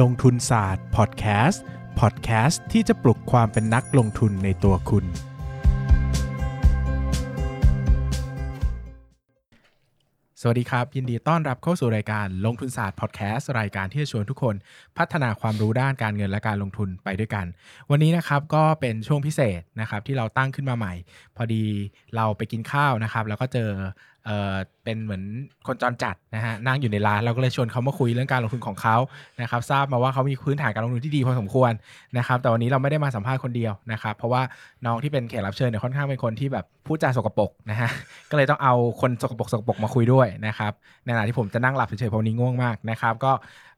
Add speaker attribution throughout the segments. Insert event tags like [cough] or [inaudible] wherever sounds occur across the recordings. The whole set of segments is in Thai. Speaker 1: ลงทุนศาสตร์พอดแคสต์พอดแคสต์ที่จะปลุกความเป็นนักลงทุนในตัวคุณ สวัสดีครับ ยินดีต้อนรับเข้าสู่รายการลงทุนศาสตร์พอดแคสต์รายการที่จะชวนทุกคนพัฒนาความรู้ด้านการเงินและการลงทุนไปด้วยกัน วันนี้นะครับก็เป็นช่วงพิเศษนะครับที่เราตั้งขึ้นมาใหม่ พอดีเราไปกินข้าวนะครับ แล้วก็เจอเอ่อเป็นเหมือนคนจรจัดนะฮะนั่งอยู่ในร้านเราก็เลยชวนเขามาคุยเรื่องการลงทุนของเขานะครับทราบมาว่าเขามีพื้นฐานการลงทุนที่ดีพอสมควรนะครับแต่วันนี้เราไม่ได้มาสัมภาษณ์คนเดียวนะครับ เพราะว่าน้องที่เป็นแขกรับเชิญเนี่ยค่อนข้างเป็นคนที่แบบพูดจาสกปรกนะ [laughs] ฮะ ก็เลยต้องเอาคนสกปรกสกปรกมาคุยด้วยนะครับในขณะที่ผมจะนั่งหลับเฉยๆเพราะวันนี้ง่วงมากนะครับก็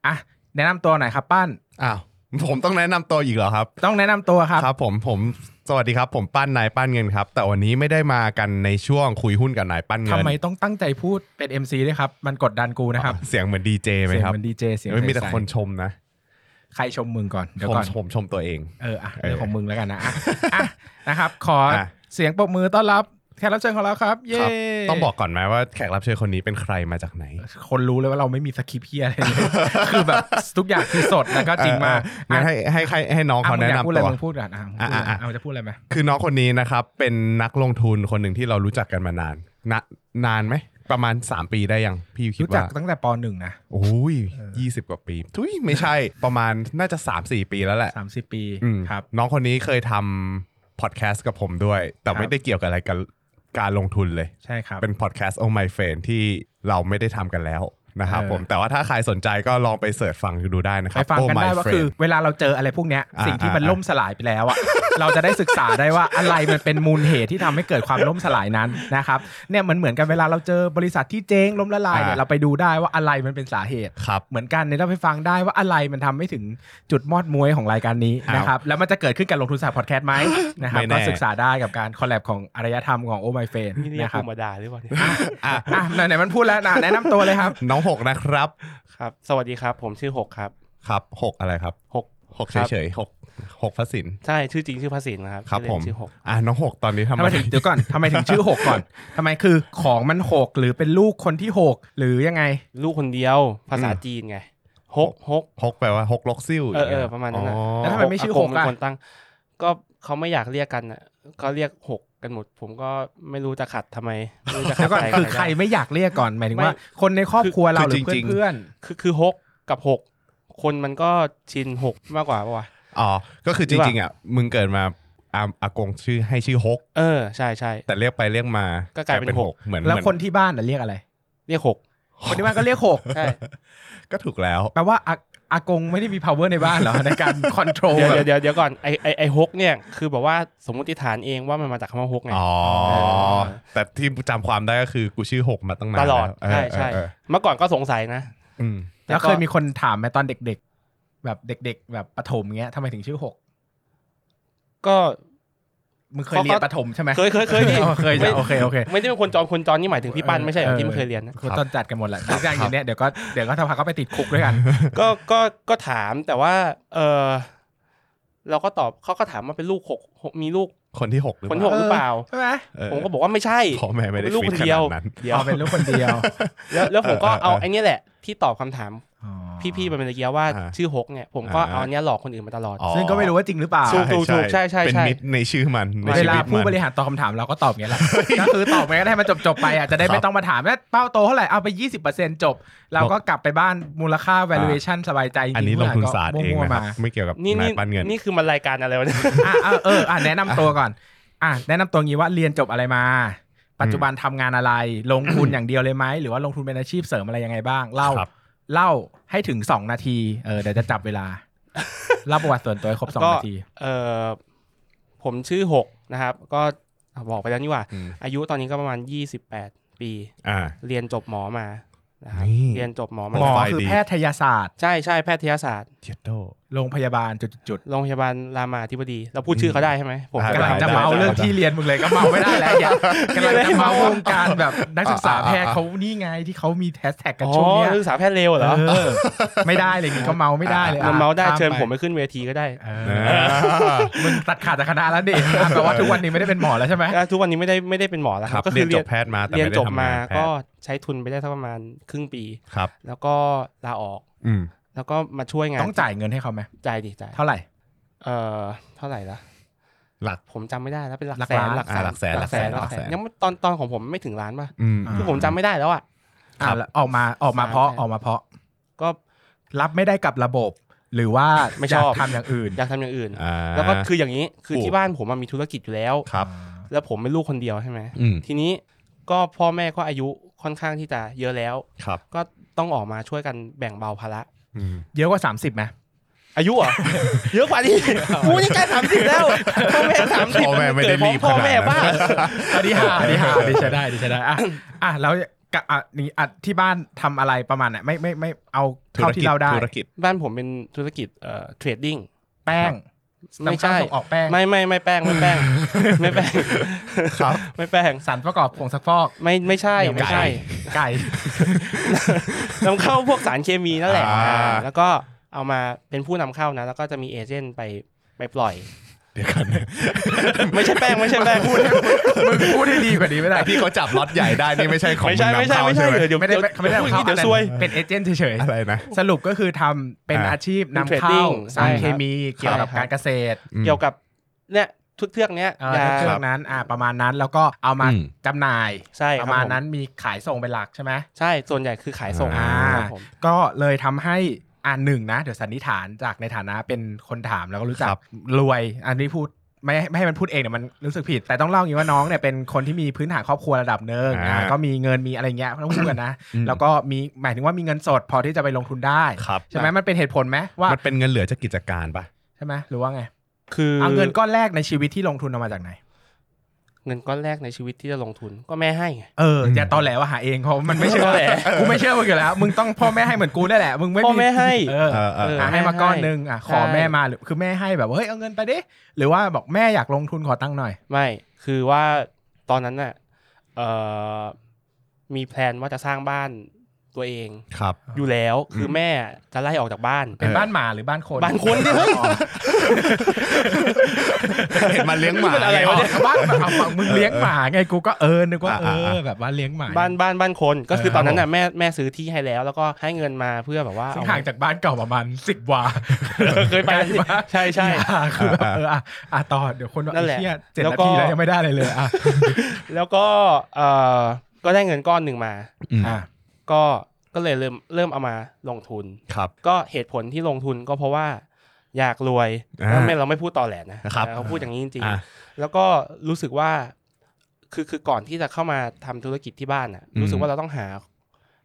Speaker 1: อ่ะแนะนำตัวหน่อยครับปั้น
Speaker 2: อ้าวผมต้องแนะนำตัวอีกเหรอครับ
Speaker 1: ต้องแนะนำตัวครับ
Speaker 2: ครับผมผมสวัสดีครับ ผมปั้นนายปั้นเงินครับ แต่วันนี้ไม่ได้มากันในช่วงคุยหุ้นกับนายปั้นเงิ
Speaker 1: ทำ
Speaker 2: น
Speaker 1: ไมต้องตั้งใจพูดเป็น MC ด้วยครับ มันกดดันกูนะครับ
Speaker 2: เสียงเหมือนดีเจไหม
Speaker 1: เสียง
Speaker 2: ครับ
Speaker 1: เหมันดีเจเสียง
Speaker 2: ไม่มีแต่
Speaker 1: ใสๆ
Speaker 2: คนชมนะ
Speaker 1: ใครชมมึงก่อน เดี๋ยว
Speaker 2: ผม
Speaker 1: ก่อน
Speaker 2: ผมชมตัวเอง
Speaker 1: เอออ่ะ
Speaker 2: เออ
Speaker 1: เรื่องของมึงแล้วกันนะอ่ [laughs] ะอ่ะนะครับ ขออะ เสียงปรบมือต้อนรับแขกรับเชิญของเราครับ เย้
Speaker 2: ครับต้องบอกก่อนไหมว่าแขกรับเชิญคนนี้เป็นใครมาจากไหน
Speaker 1: คนรู้เลยว่าเราไม่มีสคริปต์เฮียอะไรเลย [laughs] คือแบบทุกอย่างคือสดแล้วก็จริงมาก
Speaker 2: เออเอองั้นให้ให้ให้ให้น้อง
Speaker 1: อ่ะ
Speaker 2: เขา
Speaker 1: มึง
Speaker 2: แนะ
Speaker 1: อยาก
Speaker 2: นำ
Speaker 1: พูดอะไร
Speaker 2: ตัว
Speaker 1: มึงพูดก่อนอ่ะมึงพูดก่อน
Speaker 2: อ่ะอ่ะ
Speaker 1: เอาจะพูดอะไรไหม
Speaker 2: คือน้องคนนี้นะครับเป็นนักลงทุนคนหนึ่งที่เรารู้จักกันมานานนะนานไหมประมาณ 3 ปีได้ยังพี่คิด
Speaker 1: รู้จั
Speaker 2: ว่า
Speaker 1: กตั้งแต่ปหนึ่งนะ
Speaker 2: โอ้ยยี่สิบกว่าปี ทุยไม่ใช่ [laughs] ประมาณน่าจะ 3 4 ปีแล้วแหละ
Speaker 1: สามสิบปี
Speaker 2: อืม
Speaker 1: ครับ
Speaker 2: น้องคนนี้เคยทำพอดแคสต์กับผมด้วย แต่
Speaker 1: ครับ
Speaker 2: ไม่ได้เกี่ยวกับอะไรกับการลงทุนเลย
Speaker 1: ใช่ครับ
Speaker 2: เป็นพอดแคสต์ Oh My Friend ที่เราไม่ได้ทำกันแล้วนะครับ
Speaker 1: เออ
Speaker 2: ผม แต่ว่าถ้าใครสนใจก็ลองไปเสิร์ชฟังดูได้นะค
Speaker 1: ไป
Speaker 2: รับ
Speaker 1: ฟัง
Speaker 2: Oh
Speaker 1: กัน
Speaker 2: My
Speaker 1: ได้ว่าคือ
Speaker 2: Friend
Speaker 1: เวลาเราเจออะไรพวกเนี้ย
Speaker 2: อ่า
Speaker 1: สิ่งที่มัน
Speaker 2: อ่า
Speaker 1: ล่มสลายไปแล้วอ่ะ เราจะได้ศึกษาได้ว่าอะไรมันเป็นมูลเหตุที่ทำให้เกิดความล่มสลายนั้นนะครับเนี่ยมันเหมือนกันเวลาเราเจอบริษัทที่เจ๊งล้มละลายเนี่ยเราไปดูได้ว่าอะไรมันเป็นสาเหตุ
Speaker 2: ครับ
Speaker 1: เหมือนกันเนี่ยเราไปฟังได้ว่าอะไรมันทำไม่ถึงจุดมอดมวยของรายการนี้
Speaker 2: อ้าว
Speaker 1: นะครับแล้วมันจะเกิดขึ้นกับลงทุนศาสตร์พอดแคสต์ไหมนะครับ
Speaker 2: ไม่แน่
Speaker 1: ก็ศึกษาได้กับการคอลแลบของอารยธรรมของโอไมเฟน
Speaker 3: นี่เรียก
Speaker 1: นะค
Speaker 3: กู
Speaker 1: รับ
Speaker 3: มาด่าหรือเปล่าเนี่ย
Speaker 1: อ่ะอ่ะไหนๆมันพูดแล้วนะแนะนำตัวเลยครับ
Speaker 2: น้องหกนะครับ
Speaker 3: ครับ สวัสดีครับ ผมชื่อหกครับ
Speaker 2: ครับหกอะไรครับ
Speaker 3: หก
Speaker 2: หกเฉยๆหกหกพระสิน
Speaker 3: ใช่ชื่อจริงชื่อภาษินนะครับ
Speaker 2: ครับ
Speaker 3: ชื่อ
Speaker 2: ผ
Speaker 3: เล่น
Speaker 2: ม
Speaker 3: ชื่อหก
Speaker 2: อ่ะน้องหกตอนนี้ทำ
Speaker 1: ทำไม
Speaker 2: อะไร
Speaker 1: ถึงเดี๋ยวก่อนทำไมถึงชื่อหกก่อนทำไมคือของมันหกหรือเป็นลูกคนที่หกหรือยังไง
Speaker 3: ลูกคนเดียวภาษาจีนไงหกหก
Speaker 2: หกแปลว่าหกลกซิ่ว
Speaker 3: เออเออ
Speaker 2: งี้
Speaker 3: ย่าง
Speaker 2: ย
Speaker 3: ประมาณนั้นน่ะ
Speaker 2: อ๋อ
Speaker 1: แล้วทำไมไม่ชื่อหก
Speaker 3: าเป็น
Speaker 1: ล่ะ
Speaker 3: คนตั้ง ก็เขาไม่อยากเรียกกันอ่ะเขาเรียกหกกันหมด ผมก็ไม่รู้จะขัดทำไมไม่รู้จะ
Speaker 1: เดี๋ยว
Speaker 3: ขัด
Speaker 1: ก่อน
Speaker 3: ใคร
Speaker 1: คือ
Speaker 3: กัน
Speaker 1: ใคร
Speaker 3: ได้
Speaker 1: ไม่อยากเรียกก่อนหมายถึงว่า
Speaker 3: ไม่
Speaker 1: คนในครอบครัวเราหรือ
Speaker 2: คือจริงๆ
Speaker 1: เพื่อน
Speaker 3: คือคือหกกับหกคนมันก็ชินหกมากกว่าปะวะ
Speaker 2: อ๋อ ก็คือจ
Speaker 3: หรือเปล่า
Speaker 2: ริงๆอ่ะ มึงเกิดมาอาอากงชื่อให้ชื่อฮก
Speaker 3: เออใช่ใช่
Speaker 2: แต่เรียกไปเรียกมา
Speaker 3: ก็กลายเป็นหก
Speaker 2: เหมือน
Speaker 1: ๆแล้ว
Speaker 2: เหมือ
Speaker 1: คนที่บ้านน่ะเรียกอะไร
Speaker 3: เรียกหก
Speaker 1: คนที่บ้านก็เรียกหก
Speaker 3: ใช่
Speaker 2: ก็ถูกแล้ว
Speaker 1: แปลว่าอาอากงไม่ได้มี power ในบ้านเหรอในการคอนโทรล
Speaker 3: เดี๋ย
Speaker 1: แบ
Speaker 3: วเดี๋ยว
Speaker 1: บ
Speaker 3: เดี๋ยวเดี๋ยวก่อนไอไอไอฮกเนี่ยคือแบบว่าสมมติฐานเองว่ามันมาจากคำว่าฮกไง
Speaker 2: อ๋อ
Speaker 3: เออ
Speaker 2: แต่ที่จำความได้ก็คือกูชื่อหกมาตั้งนาน
Speaker 3: ตลอด
Speaker 2: แว
Speaker 3: ใช่ใช่
Speaker 2: เออเออเออ
Speaker 3: เมื่อก่อนก็สงสัยนะ
Speaker 2: อืม
Speaker 1: แล้วเคยมีคนถามไหมตอนเด็ก ๆ แบบเด็ก ๆ แบบประถมเงี้ยทำไมถึงชื่อหก
Speaker 3: ก็
Speaker 1: มึงเคยเรียนประถมใช่ไหม
Speaker 3: เคยเคยเคยดิ
Speaker 1: อ๋อเคยจ้ะโอเคโอเค
Speaker 3: ไม่ได้เป็นคนจอนคนจอนนี่หมายถึงพี่ปั้นไม่ใช่เหรอ
Speaker 1: เออ
Speaker 3: ที่ไม่เคยเรียนนะ
Speaker 1: คนต้นจัดกันหมดแหละทุกอย่างอย่างเนี้ยเดี๋ยวก็เดี๋ยวก็ทำพาก็ไปติดคุกด้วยกัน
Speaker 3: ก็ก็ก็ถามแต่ว่า เออเราก็ตอบเขาก็ถามว่าเป็นลูกหกหกมีลูก
Speaker 2: คนที่หกหรือ
Speaker 3: คน
Speaker 2: เป
Speaker 3: ห
Speaker 2: ล่าก
Speaker 3: หรือเปล่า
Speaker 1: ใช่ไหม
Speaker 2: เออ
Speaker 3: ผมก็บอกว่าไม่ใช่
Speaker 2: พ่อแม่ไม่ได้
Speaker 3: เป็นลูก
Speaker 2: ฟิ
Speaker 3: ค
Speaker 2: ต
Speaker 3: น
Speaker 2: ข
Speaker 3: เดี
Speaker 2: นา
Speaker 3: ยว
Speaker 2: ดนั้น
Speaker 3: เดี๋ยว
Speaker 1: เอาเป็นลูกคนเดียว
Speaker 3: แล้วแล้วผมก็
Speaker 2: เออเออ
Speaker 3: เอา
Speaker 2: เออ
Speaker 3: ไอ้เนี่ยแหละ ที่ตอบคำถามพี่ๆไปเป็นตะเกียว่า
Speaker 2: อ่า
Speaker 3: ชื่อหกเนี่ยผมก็
Speaker 2: อ่า
Speaker 3: เอาอันเนี้ยหลอกคนอื่นมาตลอด
Speaker 2: อ๋อ
Speaker 1: ซึ่งก็ไม่รู้ว่าจริงหรือเปล่า
Speaker 3: ถูกถูกถูกใช่ใช่
Speaker 2: เป็น
Speaker 3: ใช่
Speaker 2: มิตรในชื่อมันใน
Speaker 1: เว
Speaker 2: ชี
Speaker 1: ลา
Speaker 2: วิต
Speaker 1: ผู้
Speaker 2: มัน
Speaker 1: บริหารตอบคำถามเราก็ตอบอย่างนี้แหละ [laughs] ก็คือตอบไปก็ได้ให้มันจบๆไปอ่ะจะได้ไม่ต้องมาถามว่าเป้าโตเท่าไหร่เอาไป 20%จบ เราก็กลับไปบ้านมูลค่า valuation สบายใจจริงๆ
Speaker 2: อันนี้ลงทุนศาสตร์เอง
Speaker 1: มั่ว
Speaker 2: นะ
Speaker 1: ๆ
Speaker 2: ครั
Speaker 1: มา
Speaker 2: บไม่เกี่ยวกับ
Speaker 3: นี่
Speaker 2: นา
Speaker 3: นี่
Speaker 2: ยปันเงิน
Speaker 3: นี่คือมันรายการอะไรวะเนี่ย
Speaker 1: อ่ะเออเอออ่ะแนะนำตัวก่อน อ่ะแนะนำตัวงี้ว่าเรียนจบอะไรมา ปัจจุบันทำงานอะไร ลงทุนอย่างเดียวเลยไหมหรือว่าลงทุนเป็นอาชีพเสริมอะไรยังไงบ้างเล่า
Speaker 2: ครับ
Speaker 1: เล่าให้ถึงสองนาทีเออเดี๋ยวจะจับเวลาเล่าประวัติส่วนตัวให้ครบสอง
Speaker 3: ก็
Speaker 1: นาที
Speaker 3: เออผมชื่อหกนะครับ ก็บอกไปแล้วนี่หว่า
Speaker 2: อืม
Speaker 3: อายุตอนนี้ก็ประมาณยี่สิบแปดปี
Speaker 2: อ่า
Speaker 3: เรียนจบหมอมานะครับ
Speaker 2: นี่
Speaker 3: เรียนจบหมอมา
Speaker 1: หมอ
Speaker 2: ไฟ
Speaker 1: คือ
Speaker 2: ดี
Speaker 1: แพทยศาสตร์
Speaker 3: ใช่ใช่แพทยศาสตร์
Speaker 2: เทียโต
Speaker 1: โรงพยาบาลจุดๆๆ
Speaker 3: โรงพยาบาลรามาธิบดี เราพูดชื่อเขาได้ใช่ไหมผม
Speaker 2: ได้
Speaker 1: กำลังจะ
Speaker 3: ได้
Speaker 1: เมา
Speaker 3: ได้
Speaker 1: เรื่องที่เรียนมึงเลยก็เมาไม่ได้
Speaker 3: [laughs]
Speaker 1: แล้วอย่ากำลังจะเมาวงการแบบนักศึกษาแพทย์เขานี่ไงที่เขามีแทสแท็กกัน
Speaker 3: อ๋อ
Speaker 1: ช่วงเนี้ย
Speaker 3: นักศึกษาแพทย์เลวเหรอ
Speaker 1: เออไม่ได้เลยนี่ก็เมาไม่ได้เลยอ่ะ
Speaker 3: มันเมาได้เชิญผม
Speaker 1: ข้า
Speaker 3: ไปขึ้นเวทีก็ได้
Speaker 1: เออมึงตัดขาดจากคณะแล้ว
Speaker 3: [laughs]
Speaker 1: ดิอ่ะแปลว่าทุกวันนี้ไม่ได้เป็นหมอแล้วใช่ไหม
Speaker 3: แล้วทุกวันนี้ไม่ได้ไม่ได้เป็นหมอแล้ว
Speaker 2: ค
Speaker 3: ค
Speaker 2: รั
Speaker 3: รั
Speaker 2: บบ
Speaker 3: ก็
Speaker 2: เรียน
Speaker 3: คือ
Speaker 2: จ
Speaker 3: เรียน
Speaker 2: บแพทย์มาแต่
Speaker 3: เรียน
Speaker 2: ไม่ได้
Speaker 3: จบมาง
Speaker 2: ทำานแพท
Speaker 3: ก็
Speaker 2: ย์
Speaker 3: ใช้ทุนไปได้สักประมาณครึ่งปี
Speaker 2: ครับ
Speaker 3: แล้วก็ลาออก
Speaker 2: อืม
Speaker 3: แล้วก็มาช่วยงาน
Speaker 1: ต้องจ่ายเงินให้เขาไหม
Speaker 3: จ่ายดิจ่าย
Speaker 1: เท่าไหร่
Speaker 3: เออเท่าไหร่ละ
Speaker 2: หลัก
Speaker 3: ผมจำไม่ได้แล้วเป็นหลัก
Speaker 1: หลัก
Speaker 3: แสน
Speaker 1: ล้าน
Speaker 3: หลักแสน
Speaker 2: อ่าหลักแสน
Speaker 3: หลักแสน
Speaker 2: หลักแสน
Speaker 3: หลั
Speaker 2: ห
Speaker 3: กแส
Speaker 2: ลักแส
Speaker 3: น
Speaker 2: น
Speaker 3: ยังไม่ตอนตอนของผมไม่ถึงล้านป่ะ
Speaker 2: อืม
Speaker 1: อ่า
Speaker 3: คือผมจำไม่ได้แล้วอ่ะ
Speaker 1: อ่ะแล้วออกมาออกมา
Speaker 3: สาม
Speaker 1: เพราะ
Speaker 3: แสน
Speaker 1: ออกมาเพราะ
Speaker 3: ก็
Speaker 1: รับไม่ได้กับระบบ หรือว่า
Speaker 3: ไม่ชอบ
Speaker 1: ยากทำอย่างอื่น
Speaker 3: อยากทำอย่างอื่น
Speaker 2: อ่า
Speaker 3: แล้วก็คืออย่างนี้คือ
Speaker 2: โอ้
Speaker 3: ที่บ้านผมมันมีธุรกิจอยู่แล้ว
Speaker 2: ครับ
Speaker 3: แล้วผมเป็นลูกคนเดียวใช่ไหม
Speaker 2: อืม
Speaker 3: ทีนี้ก็พ่อแม่ก็อายุค่อนข้างที่จะเยอะแล้ว
Speaker 2: ครับ
Speaker 3: ก็ต้องออกมาช่วยกันแบ่งเบาภาระ
Speaker 2: อืม
Speaker 1: เยอะกว่า 30ไหม
Speaker 3: อา
Speaker 2: [laughs]
Speaker 3: ยุเหรอ่ะ เยอะกว่าดิกูนี่ใกล้สามสิบแล้วพ่อแม่สามสิบ
Speaker 2: พ่อแม่ไม่ได้รีบ
Speaker 3: พ่อแม่
Speaker 2: ขนดนั้น
Speaker 3: บ้าง
Speaker 1: อันนี้หาอันนี้หาอันนี้ใช้ได้อันนี้ใช้ได้อ่ะอ่ะแล้วกะอ่ะนี่อ่ะที่บ้านทำอะไรประมาณเนี่ยไม่ไม่ไม่เอาเท่าที่เราได้
Speaker 2: ธุรกิจ
Speaker 3: บ้านผมเป็นธุรกิจเอ่อเทรดดิ้ง
Speaker 1: แป้ง
Speaker 3: ไม่
Speaker 1: นำเข้า
Speaker 3: ใช่
Speaker 1: ส่งออกแป้ง
Speaker 3: ไม่ไม่ไม่แป้งไม่
Speaker 1: [laughs]
Speaker 3: แป้งไม่แป้ง
Speaker 2: ครับ
Speaker 3: ไม่แป้ง
Speaker 1: สารประกอบผงซักฟอก
Speaker 3: ไม่ไม่ใช่
Speaker 1: ยังไม่
Speaker 3: ไม่ใช่
Speaker 1: ไก่
Speaker 3: [laughs] นำเข้าพวกสารเคมีนั่นแหละ
Speaker 2: อ่า
Speaker 3: อ่าแล้วก็เอามาเป็นผู้นำเข้านะ แล้วก็จะมีเอเจนต์ไปไปปล่อย
Speaker 2: เดี๋ยวกันนะ
Speaker 3: [laughs] ไม่ใช่แป้งไม่ใช่แป้ง
Speaker 1: มึงพูดให้ดีกว่านี้ไม่ได้
Speaker 2: แต่ที่เขาจับล็อตใหญ่ได้นี่ไม่ใช่ของ
Speaker 3: ไม่ใช่
Speaker 2: มึ
Speaker 3: ไม่
Speaker 2: ง
Speaker 3: ใช่
Speaker 2: นำเข้า
Speaker 3: ไม่ใช่
Speaker 2: ไหม
Speaker 3: เดี๋ยวเดี๋ยว
Speaker 1: ไม่ได้ไม่ไม่ได้
Speaker 3: พู
Speaker 1: เอาเข้า
Speaker 3: เดี๋ยวซวย
Speaker 1: เป็นเอเจนต์เฉย
Speaker 2: อะไรนะ
Speaker 1: ๆสรุปก็คือทำเป็น
Speaker 2: อ่า
Speaker 1: อาชีพนำ
Speaker 3: เป็น
Speaker 1: เข้า
Speaker 3: trading
Speaker 1: สาร
Speaker 3: ใช่
Speaker 1: เคมีเกี่ยวกับ
Speaker 3: ใช่ครับ
Speaker 1: การเกษตร
Speaker 2: อืม
Speaker 3: เกี่ยวกับเนี่ยทุกเทือกเนี้ย
Speaker 1: เออย
Speaker 3: า
Speaker 1: เครื่องนั้นอ่าประมาณนั้นแล้วก็เอามา
Speaker 2: อืม
Speaker 1: จำหน่าย
Speaker 3: ใช่ค
Speaker 1: ป
Speaker 3: บ
Speaker 1: ระมาณ
Speaker 3: ผ
Speaker 1: นั้นมีขายส่งเป็นหลักใช่ไหม
Speaker 3: ใช่ส่วนใหญ่คือขายส่ง
Speaker 2: อ่า
Speaker 3: ครับผม
Speaker 1: ก็เลยทำให้อ่านหนึ่งนะ เดี๋ยวสันนิษฐานจากในฐานะเป็นคนถามแล้วก็รู้จัก
Speaker 2: ครับ
Speaker 1: รวย อันนี้พูดไม่ไม่ให้มันพูดเองเดี๋ยวมันรู้สึกผิด แต่ต้องเล่าอย่างนี้ว่าน้องเนี่ยเป็นคนที่มีพื้นฐานครอบครัวระดับหนึ่ง
Speaker 2: อ่า
Speaker 1: อ่าก็มีเงินมีอะไรเงี้ยต้องพูดกันนะ แล้วก็มีหมายถึงว่ามีเงินสดพอที่จะไปลงทุนได้
Speaker 2: ครับ
Speaker 1: ใช่ไหมมันเป็นเหตุผลไหมว่า
Speaker 2: มันเป็นเงินเหลือจากกิจการปะ
Speaker 1: ใช่ไหมหรือว่าไง
Speaker 3: คือ
Speaker 1: เอาเงินก้อนแรกในชีวิตที่ลงทุนเอามาจากไหน
Speaker 3: เงินก้อนแรกในชีวิตที่จะลงทุนก็แม่ให้ไง
Speaker 1: เออ
Speaker 2: อืม
Speaker 1: อย่าตอแหลว่าหาเองเขาะมันไม่เชื่
Speaker 3: ต
Speaker 1: อ
Speaker 3: อแหล
Speaker 1: กูไม่เชื่อมึงอยู่แล้ว มึงต้องพ่อแม่ให้เหมือนกูได้แหละมึงไม่
Speaker 3: พ่อแม่ให้
Speaker 1: เออ
Speaker 2: เออเออ
Speaker 3: เ
Speaker 1: หาให้มาก้อนหนึงอ่ะ
Speaker 3: ใช่
Speaker 1: ขอแม่มาหรือคือแม่ให้แบบว่าเฮ้ยเอาเงินไปดิหรือว่าบอกแม่อยากลงทุนขอตังค์หน่อย
Speaker 3: ไม่คือว่าตอนนั้นน่ะเอ่อมีแพลนว่าจะสร้างบ้านตัวเอง
Speaker 2: ครับ
Speaker 3: อยู่แล้วคือแม่จะไล่ออกจากบ้าน
Speaker 1: เป็น
Speaker 2: เออ
Speaker 1: บ้านหมาหรือบ้านคน
Speaker 3: บ้านคนดิเฮ้ย
Speaker 1: อ๋อ
Speaker 2: เห็นมันเลี้ยงหมา
Speaker 3: มันอะไรวะเนี่ย
Speaker 1: บ้านแบบเอาฝั่งมึงเลี้ยงหมาไงกูก็เออนึกว่าเอ
Speaker 2: อ่า
Speaker 1: อ
Speaker 2: อ่า
Speaker 1: แบบว่าเลี้ยงหมา
Speaker 3: บ้านบ้านบ้านคนก็คือ
Speaker 2: เออ
Speaker 3: ตอนนั้นน่ะ
Speaker 2: ครับผม
Speaker 3: แม่แม่ซื้อที่ให้แล้ว แล้วก็ให้เงินมาเพื่อแบบว่า
Speaker 1: ซึ่ง
Speaker 3: เอ
Speaker 1: ห่างจากบ้านเก่าประมาณสิบวา
Speaker 3: เคยไป
Speaker 1: ไกลมาก
Speaker 3: ใช่ใช่
Speaker 1: อ่าคือแบบเอออ่ะอ่ะต่อเดี๋ยวคนว่า
Speaker 3: นั่นแหละ
Speaker 1: ไอ้เชี่ยเจ็ด
Speaker 3: แล้ว
Speaker 1: นา
Speaker 3: ก็
Speaker 1: ทีแล้วยังไม่ได้เลยเลยอ่ะ
Speaker 3: แล้วก็เอ่อก็ได้เงินก้อนหนึ่งมา
Speaker 2: อืม
Speaker 1: อ่ะ
Speaker 3: ก็ก็เลยเริ่มเริ่มเอามาลงทุน
Speaker 2: ครับ
Speaker 3: ก็เหตุผลที่ลงทุนก็เพราะว่าอยากรวย
Speaker 2: อ่า
Speaker 3: แล้วไม่เราไม่พูดต่อแหลนะครับ เขาพูดอย่างนี้จริง
Speaker 2: อ่ะ
Speaker 3: ๆแล้วก็รู้สึกว่าคือคือก่อนที่จะเข้ามาทำธุรกิจที่บ้านน่ะ
Speaker 2: อืม
Speaker 3: รู้สึกว่าเราต้องหา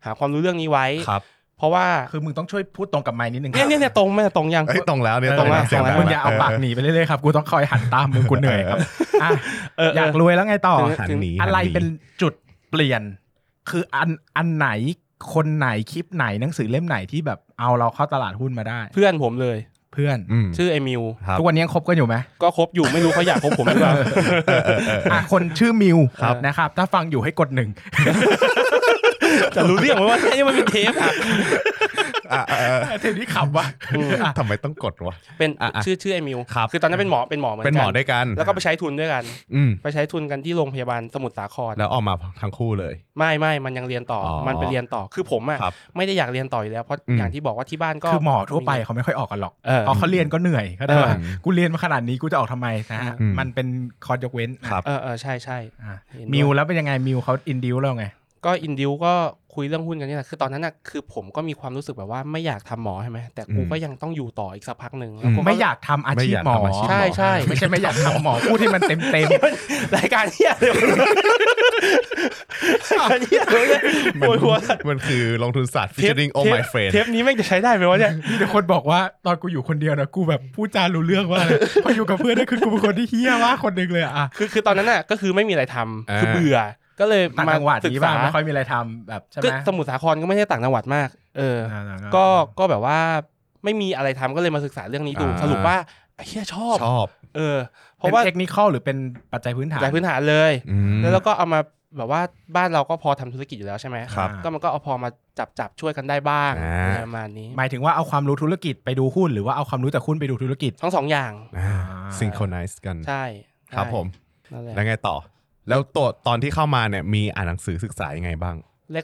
Speaker 3: หาความรู้เรื่องนี้ไว้
Speaker 2: ครับ
Speaker 3: เพราะว่า
Speaker 1: คือมึงต้องช่วยพูดตรงกับไมค์นิดนึงค
Speaker 3: เนี่
Speaker 1: รับ
Speaker 3: ยเนี่ยเนี่ยตรงไหมตรงยัง
Speaker 2: เอ้ยตรงแล้วเนี่ย
Speaker 1: เออ
Speaker 2: ตรงแล้ว
Speaker 3: ตรงแล้ว
Speaker 2: เสี
Speaker 1: มึ
Speaker 2: ง
Speaker 1: ง
Speaker 2: ดั
Speaker 1: อย่าเอาปากหนีไปเรื่อยๆครับกูต้องคอยหันตามมึงกูเหนื่อยครับอ่ะ
Speaker 3: เออเอย
Speaker 1: อาก
Speaker 3: อ
Speaker 1: รวยแล้วไงต่อ
Speaker 3: ถึง
Speaker 2: หันหนี
Speaker 1: อะไร
Speaker 2: หัห
Speaker 1: เป็นจุดเปลี่ยน คืออันอันไหนคนไหนคลิปไหนหนังสือเล่มไหนที่แบบเอาเราเข้าตลาดหุ้นมาได้
Speaker 3: เพื่อนผมเลย
Speaker 1: เพื่อน
Speaker 2: อืม
Speaker 3: ชื่อเอมิว
Speaker 2: ครับ
Speaker 1: ทุกวันนี้ยังคบกันอยู่ไหม
Speaker 3: ก็คบอยู่ไม่รู้เขาอยากคบผมหรือเปล่า [laughs]
Speaker 1: อ่ะคนชื่อมิว
Speaker 3: ครับ
Speaker 1: นะครับถ้าฟังอยู่ให้กดหนึ่ง
Speaker 3: จะรู้เรื่องไหมว่า [laughs] เนี่ยมันเป็นเทปอะ
Speaker 2: อ่ะเออ
Speaker 1: เทปนี้ขำว่ะอ่ะ
Speaker 2: ทำไมต้องกดวะ
Speaker 3: เป็น
Speaker 2: อ่ะอ่ะ
Speaker 3: ชื่อชื่อเอมิว
Speaker 2: ครับ
Speaker 3: คือตอนนั้นเป็นหมอเป็นหมอเหมือน
Speaker 2: เป็นหมอ
Speaker 3: กั
Speaker 2: ด้วยกัน
Speaker 3: แล้วก็ไปใช้ทุนด้วยกัน
Speaker 2: อืม
Speaker 3: ไปใช้ทุนกันที่โรงพยาบาลสมุทรสาคร
Speaker 2: แล้วออกมาทั้งคู่เลย
Speaker 3: ไม่ไม่มันยังเรียนต่ออ
Speaker 2: อ
Speaker 3: มันไปเรียนต่อคือผมอะ
Speaker 2: ครับ
Speaker 3: ไม่ได้อยากเรียนต่ออยู่แล้วเพราะ
Speaker 2: อืม
Speaker 3: อย่างที่บอกว่าที่บ้านก็
Speaker 1: คือหมอทั่วไปเขาไม่ค่อยออกกันหรอก
Speaker 3: เออ
Speaker 1: เพราะเขาเรียนก็เหนื่อยเขาได้ว่า
Speaker 2: เออ
Speaker 1: กูเรียนมาขนาดนี้กูจะออกทำไมนะฮะ
Speaker 2: อืม
Speaker 1: มันเป็นคอร์สยกเว้นนะครับ
Speaker 3: เออเออใช่ใช่
Speaker 1: อ่ะ
Speaker 3: เห็นด้วย
Speaker 1: มิวแล้วเป็นยังไง มิวเขาอินดิวเราไง
Speaker 3: ก็อินดิวก็คุยเรื่องหุ้นกันนี่แหละคือตอนนั้นอะคือผมก็มีความรู้สึกแบบว่าไม่อยากทำหมอใช่ไหมแต่กู
Speaker 2: อืม
Speaker 3: ก็ยังต้องอยู่ต่ออีกสักพักหนึ่ง
Speaker 2: อืม
Speaker 3: แล้ว
Speaker 1: ไม่อยากทำอาชีพหมอ
Speaker 2: ไม่อยากทำอาชีพหมอ
Speaker 3: ใช่ใช่
Speaker 1: ไม่ใช่ไม่อยากทำหมอพูดที่มันเต็มเต็ม
Speaker 3: [laughs] รายการเฮีย
Speaker 1: [laughs]
Speaker 3: เลยรายการเฮียเลย
Speaker 2: มั
Speaker 3: ปวดหัว
Speaker 2: มันคือลงทุนศาสตร์
Speaker 3: เทป
Speaker 2: featuring oh my friend
Speaker 3: เทปนี้แม่งจะใช้ได้ไหมวะเนี่ย
Speaker 1: ๆมีแต่คนบอกว่าตอนกูอยู่คนเดียวนะกูแบบพูดจารู้เรื่องว่าอะไรพออยู่กับเพื่อนนี่คือกูเป็นคนที่เฮี้ยว่ากคนหนึงเลยอะอ่ะ
Speaker 3: คือคือตอนนั้นน่ะก็คือไม่มีอะไรทำ
Speaker 2: อ่า
Speaker 3: คือเบื่อ ก็เลย
Speaker 1: ต่าง
Speaker 3: มา
Speaker 1: จังหวัด
Speaker 3: ศึก
Speaker 1: นี้บ้า
Speaker 3: ษาง
Speaker 1: ไม่ค่อยมีอะไรทำแบบใช่ไห
Speaker 3: ก็
Speaker 1: ม
Speaker 3: สมุทรสาครก็ไม่ได้ต่างจังหวัดมาก เออ
Speaker 1: อ่าๆ
Speaker 3: ก็ก็แบบว่าไม่มีอะไรทำก็เลยมาศึกษาเรื่องนี้ดู
Speaker 2: อ่า
Speaker 3: สรุปว่าไอ้เฮียชอบ
Speaker 2: ชอบ
Speaker 3: เออ เพ
Speaker 1: เป็น
Speaker 3: ราะว่า
Speaker 1: เทคนิคหรือเป็นปัจจัยพื้นฐาน
Speaker 3: จากพื้นฐานเลย
Speaker 2: อืม
Speaker 3: แล้วเราก็เอามาแบบว่าบ้านเราก็พอทำธุรกิจอยู่แล้วใช่ไหม
Speaker 1: ครับ
Speaker 3: ก็มันก็เอาพอมาจับจับช่วยกันได้บ้าง
Speaker 2: อ่า
Speaker 3: อะไรประมาณนี้
Speaker 1: หมายถึงว่าเอาความรู้ธุรกิจไปดูหุ้นหรือว่าเอาความรู้จากหุ้นไปดูธุรกิจ
Speaker 3: ทั้งสองอย่าง
Speaker 2: อ่า synchronize กัน
Speaker 3: ใช่ใช่
Speaker 2: ครับผม
Speaker 3: นั่นแหละ
Speaker 2: แล้วไงต่อ แล้วตัวตอนที่เข้ามาเนี่ยมีอ่านหนังสือศึกษายังไงบ้าง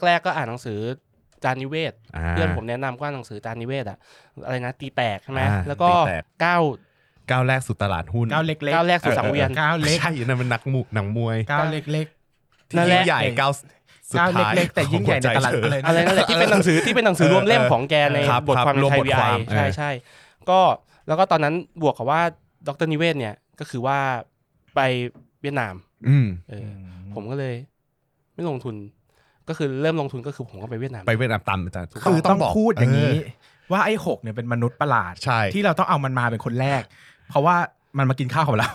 Speaker 3: แรกๆก็อ่านหนังสือ จานนิเวศ
Speaker 2: า
Speaker 3: เพื่อนผมแนะนำว่าหนังสือจานนิเวศอะอะไรนะตีแตกใช่ไหม
Speaker 2: อ่า
Speaker 3: แล้วก็
Speaker 2: ตีแตก
Speaker 3: ก้าว
Speaker 2: ก้าวแรกสู่ตลาดหุ้น
Speaker 1: ก้าวเล็กๆ
Speaker 3: ก้าวแรกสู่สังเวียน
Speaker 1: ออก้าวเล็ก
Speaker 2: ใช่นั่นมันนักมูหนังมวย
Speaker 1: ก้าวเล็ก
Speaker 2: ที่
Speaker 3: นั่นแหละ
Speaker 2: ยิ่งใหญ่ก้าวสุด
Speaker 1: ก้าว
Speaker 2: ท้าย
Speaker 1: เล็กๆแต่ยิ่งใหญ่ในตลาด
Speaker 2: ขงวใจ
Speaker 1: เลย
Speaker 3: อะไรนั่น
Speaker 2: [laughs]
Speaker 3: แหละที่เป็นหนังสือที่เป็นหนังสือรวมเล่มของแกใน
Speaker 2: ครับ
Speaker 3: บทควา
Speaker 2: รับ
Speaker 3: มใน
Speaker 2: รวม
Speaker 3: ไทย
Speaker 2: บท
Speaker 3: วี
Speaker 2: ความ
Speaker 3: ใช่
Speaker 2: เออ
Speaker 3: ใช่ก็แล้วก็ตอนนั้นบวกกับว่าดรนิเวศเนี่ยก็คือว่าไปเวียดนาม
Speaker 2: อืม
Speaker 3: เอ
Speaker 1: ๆ
Speaker 3: อ
Speaker 1: อื
Speaker 3: อ
Speaker 1: ม
Speaker 3: ผมก็เลย ไม่ลงทุน ก็คือเริ่มลงทุนก็คือผมก็ไปเวียดนาม
Speaker 2: ไปเวียดนามตามอาจารย์
Speaker 1: คือต้อง
Speaker 2: บก
Speaker 1: พูดอย่างนี้
Speaker 2: เ
Speaker 1: ว่าไอ้หกเนี่ยเป็นมนุษย์ประหลาด
Speaker 2: ใช่
Speaker 1: ที่เราต้องเอามันมาเป็นคนแรก เพราะว่ามันมากินข้าวของเรา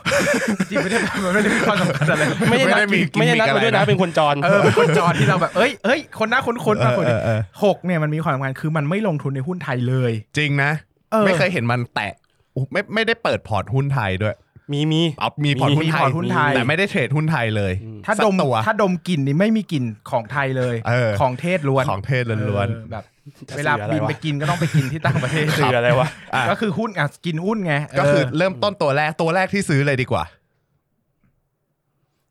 Speaker 1: จริงไม่ได้มันไม่ได้มีความสำคัญอะไร
Speaker 3: ไม่ได้
Speaker 2: ไม่ได้
Speaker 3: นัด
Speaker 2: มี
Speaker 3: ไม่ได้นัด
Speaker 2: กิมมิค
Speaker 3: มาด้วย
Speaker 2: อะไร
Speaker 3: นะ
Speaker 2: นะ
Speaker 3: เป็นคนจร
Speaker 1: เออเป็นคนจรที่เราแบบเอ้ยเอ้ยคนหน้าคุ้นๆมาคน
Speaker 2: เอ
Speaker 1: นี้
Speaker 2: อเออ
Speaker 1: หกเนี่ยมันมีความสำคัญคือมันไม่ลงทุนในหุ้นไทยเลย
Speaker 2: จริงนะ
Speaker 1: เออ
Speaker 2: ไม่เคยเห็นมันแตะอุ๊ยไม่ไม่ได้เปิดพอร์ตหุ้นไทยด้วย
Speaker 3: มีมี
Speaker 2: เอามีพอร์ตหุ้น
Speaker 1: มี
Speaker 2: ไท
Speaker 1: พอย ร์ตหุ้นไทย
Speaker 2: แต่ไม่ได้เทรดหุ้นไทยเลย
Speaker 3: อืม
Speaker 1: ถ้าดม
Speaker 2: สักตัว
Speaker 1: ถ้าดมกลิ่นนี่ไม่มีกลิ่นของไทยเลย
Speaker 2: เออ
Speaker 1: ของเทศล้วน
Speaker 2: ของเทศล้วน
Speaker 1: เออแบบ
Speaker 3: จะ
Speaker 1: เวลา
Speaker 3: สื่ออะไร
Speaker 1: บิน
Speaker 3: วะ
Speaker 1: ไปกินก็ต้องไปกินที่ต่างประเทศ
Speaker 3: สื่ออะไรวะ
Speaker 2: อ่ะ
Speaker 1: ก็คือหุ้นอ่ะกินหุ้นไงเ
Speaker 2: ๆ ก็คือเริ่มต้นตัวแรกตัวแรกที่ซื้อเลยดีกว่า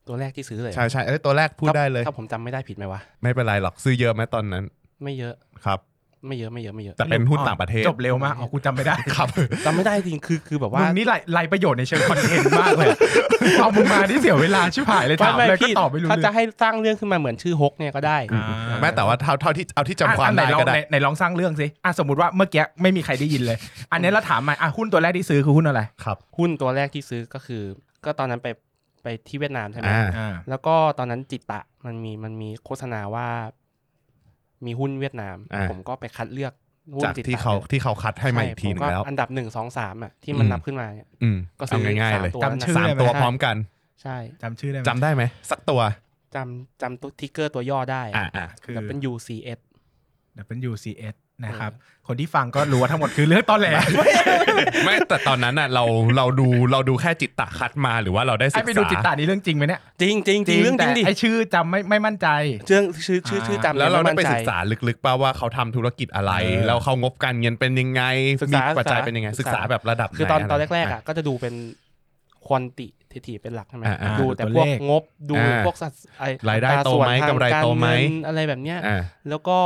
Speaker 3: ตัวแรกที่ซื้อเลย
Speaker 2: ใช่ใช่เอ้ยตัวแรกพูด
Speaker 3: ถ้า
Speaker 2: ได้เลย
Speaker 3: ถ้าผมจำไม่ได้ผิดไหมวะ
Speaker 2: ไม่เป็นไรหรอกซื้อเยอะไหมตอนนั้น
Speaker 3: ไม่เยอะ
Speaker 2: ครับ
Speaker 3: ไม่เยอะไม่เยอะไม่เยอะ
Speaker 2: แต่เป็นหุ้นต่างประเทศ
Speaker 1: จบเร็วมากอ๋อกูจำไม่ได้
Speaker 2: ครับ
Speaker 3: จำไม่ได้จริงคือคือแบบว่า
Speaker 1: มึงนี่ไรไรประโยชน์ในเชิงคอนเทนต์มาก
Speaker 2: [laughs]
Speaker 1: เลยเอามึงมาที่เสียเวลาชิบหายเลยถาม
Speaker 3: ไม่
Speaker 1: เล
Speaker 3: ไม่
Speaker 1: ยก็
Speaker 3: พี่
Speaker 1: ตอบไม่รู้
Speaker 3: ถ้า
Speaker 1: เรื่
Speaker 3: จะ
Speaker 1: อง
Speaker 3: ให้สร้างเรื่องขึ้นมาเหมือนชื่อฮกเนี่ยก็ได้
Speaker 1: อ่า
Speaker 2: แม้แต่ว่าเท่าเท่าที่เอาที่จำความ
Speaker 1: อ่ะไหนล
Speaker 2: ได้
Speaker 1: อง
Speaker 2: ก็ได้
Speaker 1: ไหนไหนลองสร้างเรื่องสิอ่ะสมมติว่าเมื่อกี้ไม่มีใครได้ยินเลย อันนี้เราถามใหม่อ่ะหุ้นตัวแรกที่ซื้อคือหุ้นอะไร
Speaker 2: ครับ
Speaker 3: หุ้นตัวแรกที่ซื้อก็คือ ก็ตอนนั้นไปไปที่เวียดนามใช่ไหม
Speaker 2: อ่า
Speaker 1: อ่า
Speaker 3: แล้วก็ตอนนั้นจิตตะมันมีมันมีโฆษณาว่า มีหุ้นเวียดนาม
Speaker 2: อ่า
Speaker 3: ผมก็ไปคัดเลือกหุ้น
Speaker 2: จาก
Speaker 3: จิตตะ
Speaker 2: ที่เขาที่เขาคัดให้มาอีกทีหนึงแล้ว
Speaker 3: ใช่ผมก็อันดับหนึ่งสองสามอ่ะที่มั
Speaker 2: อื
Speaker 3: น
Speaker 2: ม
Speaker 3: นับขึ้นมาเนี่ย
Speaker 2: อืม
Speaker 3: ก็
Speaker 2: เอา
Speaker 3: ซื้อ
Speaker 2: ง่ายๆเลย
Speaker 3: สาม
Speaker 1: ำ
Speaker 3: ตัว
Speaker 1: ชื่อ
Speaker 2: สาม
Speaker 1: ได้ไหม
Speaker 2: ตัวพร้อมกัน
Speaker 3: ใช่
Speaker 1: จำชื่อได้ไหม
Speaker 2: จำได้ไหมสักตัว
Speaker 3: จำจำตัวทิกเกอร์ตัวย่อได้
Speaker 2: อ่าอ่า
Speaker 1: คือ
Speaker 3: แต่เป็น UCS
Speaker 1: WCS นะครับคนที่ฟังก็รู้ว่าทั้งหมดคือเรื่องตอนแหล
Speaker 2: ไม่แต่ตอนนั้นน่ะเราเราดูเราดูแค่จิตตะคัดมาหรือว่าเราได้ศึ
Speaker 1: ไอ้
Speaker 2: ก
Speaker 1: ไป
Speaker 2: ษา
Speaker 1: ดูจิตตานี่เรื่องจริงไหมเนี่ย
Speaker 3: จริงจริงจริงเรื่องจริงดิ
Speaker 1: แต่ไอ้ชื่อจำไม่ไม่มั่นใจ
Speaker 3: เรื่องชื่อชื่อชื่อจำนี่ย
Speaker 2: แล้วเราได้ไป
Speaker 3: ม่มั่นใจ
Speaker 2: ศึกษาลึกๆป่าว่าเขาทำธุรกิจอะไร
Speaker 1: เออ
Speaker 2: แล้วเขางบการเงินเป็นยังไง
Speaker 3: ศึก
Speaker 2: มี
Speaker 3: ษา
Speaker 2: ปัจจัย
Speaker 3: ศึกษา
Speaker 2: เป็นยังไง
Speaker 3: ศึ
Speaker 2: ศึ
Speaker 3: ก
Speaker 2: ก
Speaker 3: ษา
Speaker 2: ษาแบบระดับไห
Speaker 3: คือตอนตอนแรกๆ
Speaker 2: ไร
Speaker 3: อ่ะก็จะดูเป็นควอนติเททีเป็นหลักใช่ไหม
Speaker 2: อ่าอ่า
Speaker 3: ดูแต่
Speaker 1: ตัว
Speaker 3: พวก
Speaker 1: เลข
Speaker 3: งบดู
Speaker 2: อ่า
Speaker 3: พวกสัดไอ
Speaker 2: รายได้
Speaker 3: อัตส่วน
Speaker 2: โตไหม
Speaker 3: ทา
Speaker 2: กำไร
Speaker 3: งา
Speaker 2: โตไหม
Speaker 3: เงินอะไรแบบเนี้ย
Speaker 2: อ่า
Speaker 3: แล้วก็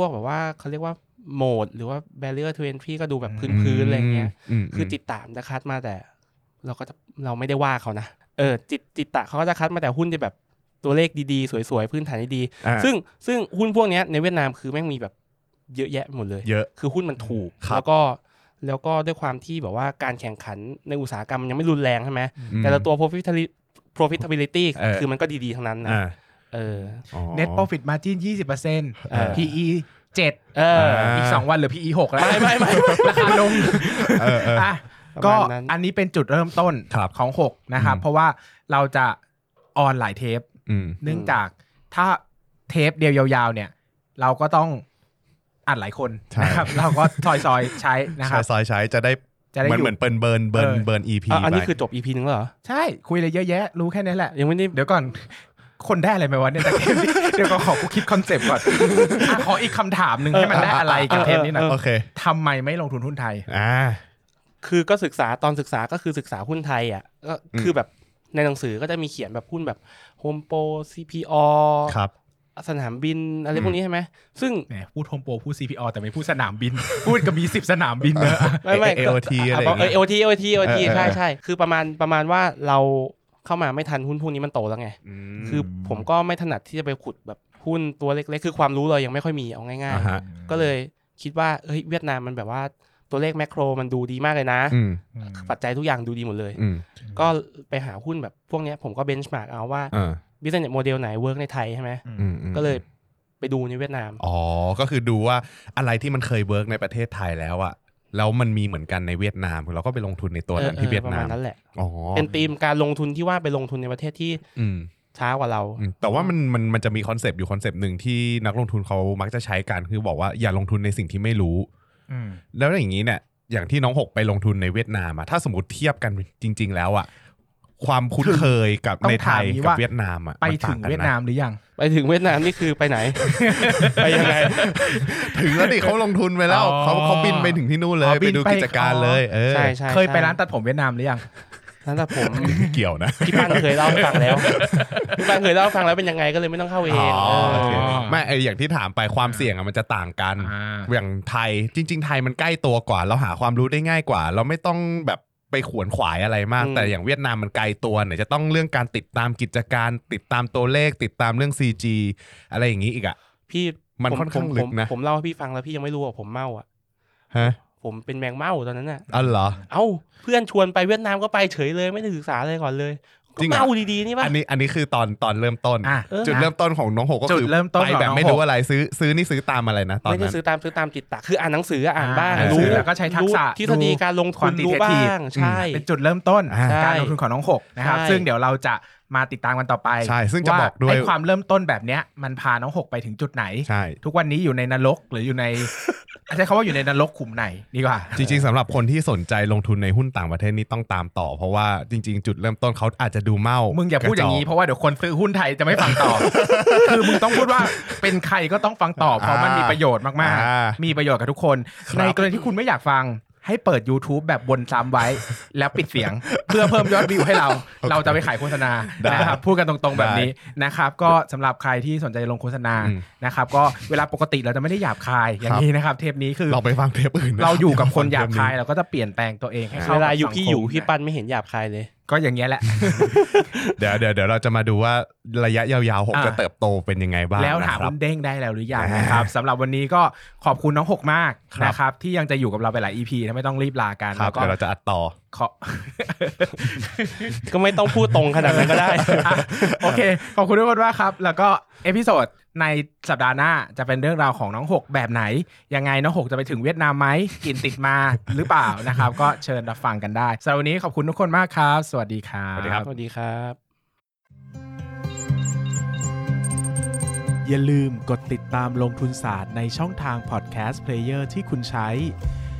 Speaker 3: พวกแบบว่าเขาเรียกว่าโหมดหรือว่าแบเรียร์ทเวนที่ก็ดูแบบพื้นๆอะไรเงี้ย
Speaker 2: อืมอืม
Speaker 3: คือจิตตามจะคัดมาแต่ เราก็จะเราไม่ได้ว่าเขานะเออจิตจิตตะเขาก็จะคัดมาแต่หุ้นที่แบบตัวเลขดีๆ สวยๆพื้นฐานดี
Speaker 2: อ่า
Speaker 3: ๆซึ่งซึ่งหุ้นพวกเนี้ยในเวียดนามคือแม่งมีแบบเยอะแยะหมดเลย
Speaker 2: เยอะ
Speaker 3: คือหุ้นมันถูก
Speaker 2: ครับ
Speaker 3: แล้วก็แล้วก็ด้วยความที่แบบว่าการแข่งขันในอุตสาหกรรมมันยังไม่รุนแรงใช่ไหม
Speaker 2: อืม
Speaker 3: แต่ละตัว profitability profitability
Speaker 2: เออ
Speaker 3: คือมันก็ดีๆ ทั้งนั้นนะ
Speaker 2: อ่า
Speaker 3: เออ
Speaker 2: อ๋อ
Speaker 1: net profit margin
Speaker 2: เออ
Speaker 1: 20% PE 7
Speaker 3: เออ
Speaker 2: อ่า
Speaker 1: อีก 2 วันเหรือ PE 6แล้ว
Speaker 3: ไม่ไม่ไม่
Speaker 1: ราคาลง
Speaker 2: เออเออ
Speaker 1: อ่ะ
Speaker 3: ประ
Speaker 1: ก็
Speaker 3: มาณนั้น
Speaker 1: อันนี้เป็นจุดเริ่มต้น
Speaker 2: ครับ
Speaker 1: ของ 6 นะครับ
Speaker 2: อืม
Speaker 1: เพราะว่าเราจะออนหลายเทป
Speaker 2: อืม
Speaker 1: เนื่องจากถ้าเทปเดียวยาวๆเนี่ย เราก็ต้องอัดหลายคน
Speaker 2: ใช่
Speaker 1: นะครับ [laughs] เราก็ซอยๆใช้นะครับ
Speaker 2: ซอยๆใช้จะได้
Speaker 1: จะได้
Speaker 2: มัน
Speaker 1: อยู่
Speaker 2: เหมือนเปิร์นเบิร์นเบิร์น
Speaker 1: เออ
Speaker 2: เบิร์น EP
Speaker 3: อ่ะอันนี้
Speaker 2: ไป
Speaker 3: คือจบ EP หนึ่งแล้วเหรอ
Speaker 1: ใช่คุยอะไรเยอะแยะ รู้แค่นี้แหละ
Speaker 3: ยังไม่ได้
Speaker 1: เดี๋ยวก่อน คนได้อะไรไปวะเนี่ยจากเทปนี้ [laughs] เดี๋ยวก็ขอกูคิดคอนเซปต์ก่อน [laughs] อ่ะขออีกคำถามหนึ่งให้มันได้อะไรกับเทปนี้หน่อย
Speaker 2: โอเค
Speaker 1: ทำไมไม่ลงทุนหุ้นไทย
Speaker 2: อ่า
Speaker 3: คือก็ศึกษาตอนศึกษาก็คือศึกษาหุ้นไทยอ่ะก็
Speaker 2: อืม
Speaker 3: คือแบบในหนังสือก็จะมีเขียนแบบหุ้นแบบโฮมโปร CPO
Speaker 2: ครับ
Speaker 3: สนามบินอะไรพวกนี้ใช่ไหมซึ่ง
Speaker 1: แหมพูดโฮมโปรพูด CPO แต่ไม่พูดสนามบิน [laughs] พูดก็มี 10 สนามบินเนอะ
Speaker 3: ไม่ไม่
Speaker 2: AOT อะไรอย่าง
Speaker 3: เอ
Speaker 2: เงี้ย
Speaker 3: อ AOT AOT AOT
Speaker 2: เออเออ
Speaker 3: ใช่ใช่คือประมาณประมาณว่าเราเข้ามาไม่ทันหุ้นพวกนี้มันโตแล้วไง
Speaker 2: ม
Speaker 3: คือผมก็ไม่ถนัดที่จะไปขุดแบบหุ้นตัวเล็กๆ คือความรู้เรายังไม่ค่อยมีเอาง่าย
Speaker 2: อ่าฮะ
Speaker 3: ๆ ก็เลยคิดว่าเฮ้ยเวียดนามมันแบบว่าตัวเลขแมกโรมันดูดีมากเลยนะ
Speaker 2: อืม
Speaker 3: ปัจจัยทุกอย่างดูดีหมดเลย
Speaker 2: อืม
Speaker 3: ก็ไปหาหุ้นแบบพวกเนี้ยผมก็เบนช์มาร์กเอาว่า
Speaker 2: อ่า
Speaker 3: business model ไหนเวิร์กในไทยใช่ไหม
Speaker 2: อืมอืม
Speaker 3: ก็เลยไปดูในเวียดนาม
Speaker 2: อ๋อ ก็คือดูว่าอะไรที่มันเคยเวิร์กในประเทศไทยแล้วอะแล้วมันมีเหมือนกันในเวียดนามเราก็ไปลงทุนในตัวนั้นที่เวียด
Speaker 3: ป
Speaker 2: นาม
Speaker 3: ระาม ณนั้นแหละ
Speaker 2: อ๋อ
Speaker 3: เป็นธีมการลงทุนที่ว่าไปลงทุนในประเทศที่
Speaker 2: อืม
Speaker 3: ช้ากว่าเรา
Speaker 2: อืมแต่ว่ามันมันมันจะมีคอนเซปต์อยู่คอนเซปต์หนึ่งที่นักลงทุนเขามักจะใช้กันคือบอกว่าอย่าลงทุนในสิ่งที่ไม่รู้
Speaker 1: อืม
Speaker 2: แล้วอย่างนี้เนี่ยอย่างที่น้องหกไปลงทุนในเวียดนามอะถ้าสมมติเทียบกันจริง ๆ แล้วอะความคุ้นเคยกับ
Speaker 1: ต้อ
Speaker 2: ใน
Speaker 1: ง
Speaker 2: ไท
Speaker 1: ถาม
Speaker 2: ย
Speaker 1: นี้
Speaker 2: กับ
Speaker 1: ว่า
Speaker 2: เวียดนามอะ
Speaker 1: ไป
Speaker 2: น
Speaker 1: ถึ
Speaker 2: ต่
Speaker 1: ง
Speaker 2: กัะ
Speaker 1: เวียดนามหรือยัง
Speaker 3: ไปถึงเวียดนามนี่คือไป
Speaker 2: [laughs]
Speaker 3: ไหน ไปยังไง
Speaker 2: ถึงแล้วดิเขาลงทุนไปแล้ว
Speaker 1: อ๋อ
Speaker 2: เขาเขาบินไปถึงที่นู่นเลย
Speaker 1: อ๋อ
Speaker 2: ไป
Speaker 1: บิน
Speaker 2: ดู
Speaker 1: ไป
Speaker 2: กิจการเลยเออ
Speaker 3: ใช่ใช่
Speaker 1: เคยไป
Speaker 3: ใช่
Speaker 1: ร้านตัดผมเวียดนามหรือยัง
Speaker 3: นั่นแหละผม
Speaker 2: ไม่เกี่ยวนะ
Speaker 3: พี่ปั้นเคยเล่าให้ฟังแล้ว พี่ปั้นเคยเล่าให้ฟังแล้วเป็นยังไงก็เลยไม่ต้องเข้าเอ
Speaker 2: อ๋อง
Speaker 3: เออ
Speaker 2: โอเคไม่ไออย่างที่ถามไปความเสี่ยงอะมันจะต่างกัน
Speaker 1: อ่า
Speaker 2: อย่างไทยจริง ๆ ไทยมันใกล้ตัวกว่า เราหาความรู้ได้ง่ายกว่า เราไม่ต้องแบบไปขวนขวายอะไรมาก
Speaker 3: อืม
Speaker 2: แต่อย่างเวียดนามมันไกลตัวไหนจะต้องเรื่องการติดตามกิจการ ติดตามตัวเลข ติดตามเรื่อง CG อะไรอย่างนี้อีกอ่ะ
Speaker 3: พี่
Speaker 2: มัน
Speaker 3: ผ
Speaker 2: ค่อนข้าง
Speaker 3: ผม
Speaker 2: ลึกนะ
Speaker 3: ผมผมเล่าให้พี่ฟังแล้วพี่ยังไม่รู้ว่าผมเมาอ่ะ
Speaker 2: ฮะ
Speaker 3: ผมเป็นแมงเม่าตอนนั้นน่ะ
Speaker 2: อ๋อเหรอ
Speaker 3: เอ้าเพื่อนชวนไปเวียดนามก็ไปเฉยเลยไม่ได้ศึกษาเลยก่อนเลยก็
Speaker 2: จริงเหรอ
Speaker 3: เมาดีๆนี่ป่ะ
Speaker 2: อันนี้อันนี้คือตอนตอนเริ่มต้น
Speaker 1: อ่ะ
Speaker 3: เออ
Speaker 2: จุดเริ่มต้นของน้องหกก็
Speaker 1: จุด
Speaker 2: คือ
Speaker 1: เริ่มต้น
Speaker 2: ไป
Speaker 1: ขอ
Speaker 2: แบบ
Speaker 1: งน้องหก
Speaker 2: ไม่รู้อะไรซื้อซื้อนี่ซื้อตามอะไรนะตอน
Speaker 3: ไม่ได้
Speaker 2: นั้น
Speaker 3: ซื้อตามซื้อตามจิตตะคืออ่านหนังสืออ่านบ้าง
Speaker 2: อ่านหนังสื
Speaker 3: รู้
Speaker 2: อ
Speaker 1: แล้วก็ใช้ทักษะ
Speaker 3: รู้ทฤษฎีการลงทุนรู้
Speaker 1: quantitative
Speaker 3: บ้างใช่
Speaker 1: เป็นจุดเริ่มต้น
Speaker 2: อ่า
Speaker 1: การลงทุนของน้องหกนะครับ
Speaker 3: ใช่
Speaker 1: ซึ่งเดี๋ยวเราจะมาติดตามกันต่อไป
Speaker 2: ใช่ ซึ่งจะบอกด้ว
Speaker 1: ไอย ความเริ่มต้นแบบเนี้ยมันพาน้องหกไปถึงจุดไหน
Speaker 2: ใช่
Speaker 1: ทุกวันนี้อยู่ในนรกหรือ
Speaker 2: [laughs]
Speaker 1: อยู่ใน ใช้คำว่าอยู่ในนรกขุมไหนดีกว่า
Speaker 2: จริงๆสำหรับคนที่สนใจลงทุนในหุ้นต่างประเทศนี่ต้องตามต่อ เพราะว่าจริง ๆ จุดเริ่มต้นเขาอาจจะดูเมา
Speaker 1: มึ
Speaker 2: มึ
Speaker 1: งอย่าพูดอย่างนี้เพราะว่าเดี๋ยวคนซื้อหุ้นไทยจะไม่ฟัง [laughs] ต่อ คือมึงต้องพูดว่าเป็นใครก็ต้องฟังต่อเพราะมันมีประโยชน์มากๆ มีประโยชน์กับทุกคน ในกรณีที่คุณไม่อยากฟังให้เปิด YouTube แบบวนซ้ำไว้ แล้วปิดเสียง เพื่อเพิ่มยอดวิวให้เรา เราจะไปขายโฆษณานะครับพูดกันตรงๆแบบนี้นะครับ ก็สำหรับใครที่สนใจลงโฆษณานะครับก็เวลาปกติเราจะไม่ได้หยาบคายอย่างนี้นะครับ เทปนี้คือ
Speaker 2: เราไปฟังเทปอื่นนะ
Speaker 1: เราอยู่กับคนหยาบ
Speaker 2: เทป
Speaker 1: คายเราก็จะเปลี่ยนแปลงตัวเองให้เข้า
Speaker 3: เว
Speaker 1: กับ
Speaker 3: ลาอยู่
Speaker 1: สัง
Speaker 3: พี่
Speaker 1: คม
Speaker 3: อยู่พี่ปันไม่เห็นหยาบคายเลย
Speaker 1: ก็อย่างเงี้ยแหละ
Speaker 2: เดี๋ยวเดี๋ยวเดี๋ยวเราจะมาดูว่าระยะยาวๆหก
Speaker 1: อ่า
Speaker 2: จะเติบโตเป็นยังไงบ้าง
Speaker 1: แล้วถาม
Speaker 2: นะครั
Speaker 1: คุ
Speaker 2: บ
Speaker 1: ณเด้งได้แล้วหรือยัง
Speaker 2: อ่าน
Speaker 1: นะครับสำหรับวันนี้ก็ขอบคุณน้องหกมาก
Speaker 2: ครับ
Speaker 1: นะครับ ที่ยังจะอยู่กับเราไปหลาย EP นะไม่ต้องรีบลากัน
Speaker 2: ครับ
Speaker 1: แล้วก็
Speaker 2: เดี๋ยวเราจะอัดต่อ
Speaker 1: ขอ [laughs]
Speaker 3: ก็ไม่ต้องพูดตรงขนาดนั้นก็ได้
Speaker 1: อ่ะโอเค ขอบคุณทุกคนมากครับ แล้วก็เอพิโซดในสัปดาห์หน้าจะเป็นเรื่องราวของน้องหกแบบไหน ยังไงน้องหกจะไปถึงเวียดนามไหมกลินติดมาหรือเปล่านะครับ ก็เชิญรับฟังกันได้สำหรับวันนี้ขอบคุณทุกคนมากครับ สวัสดีครับ
Speaker 2: สวัสดีครับ
Speaker 3: สวัสดีครับ
Speaker 1: อย่าลืมกดติดตามลงทุนศาสตร์ในช่องทางพอดแคสต์เพลเยอร์ที่คุณใช้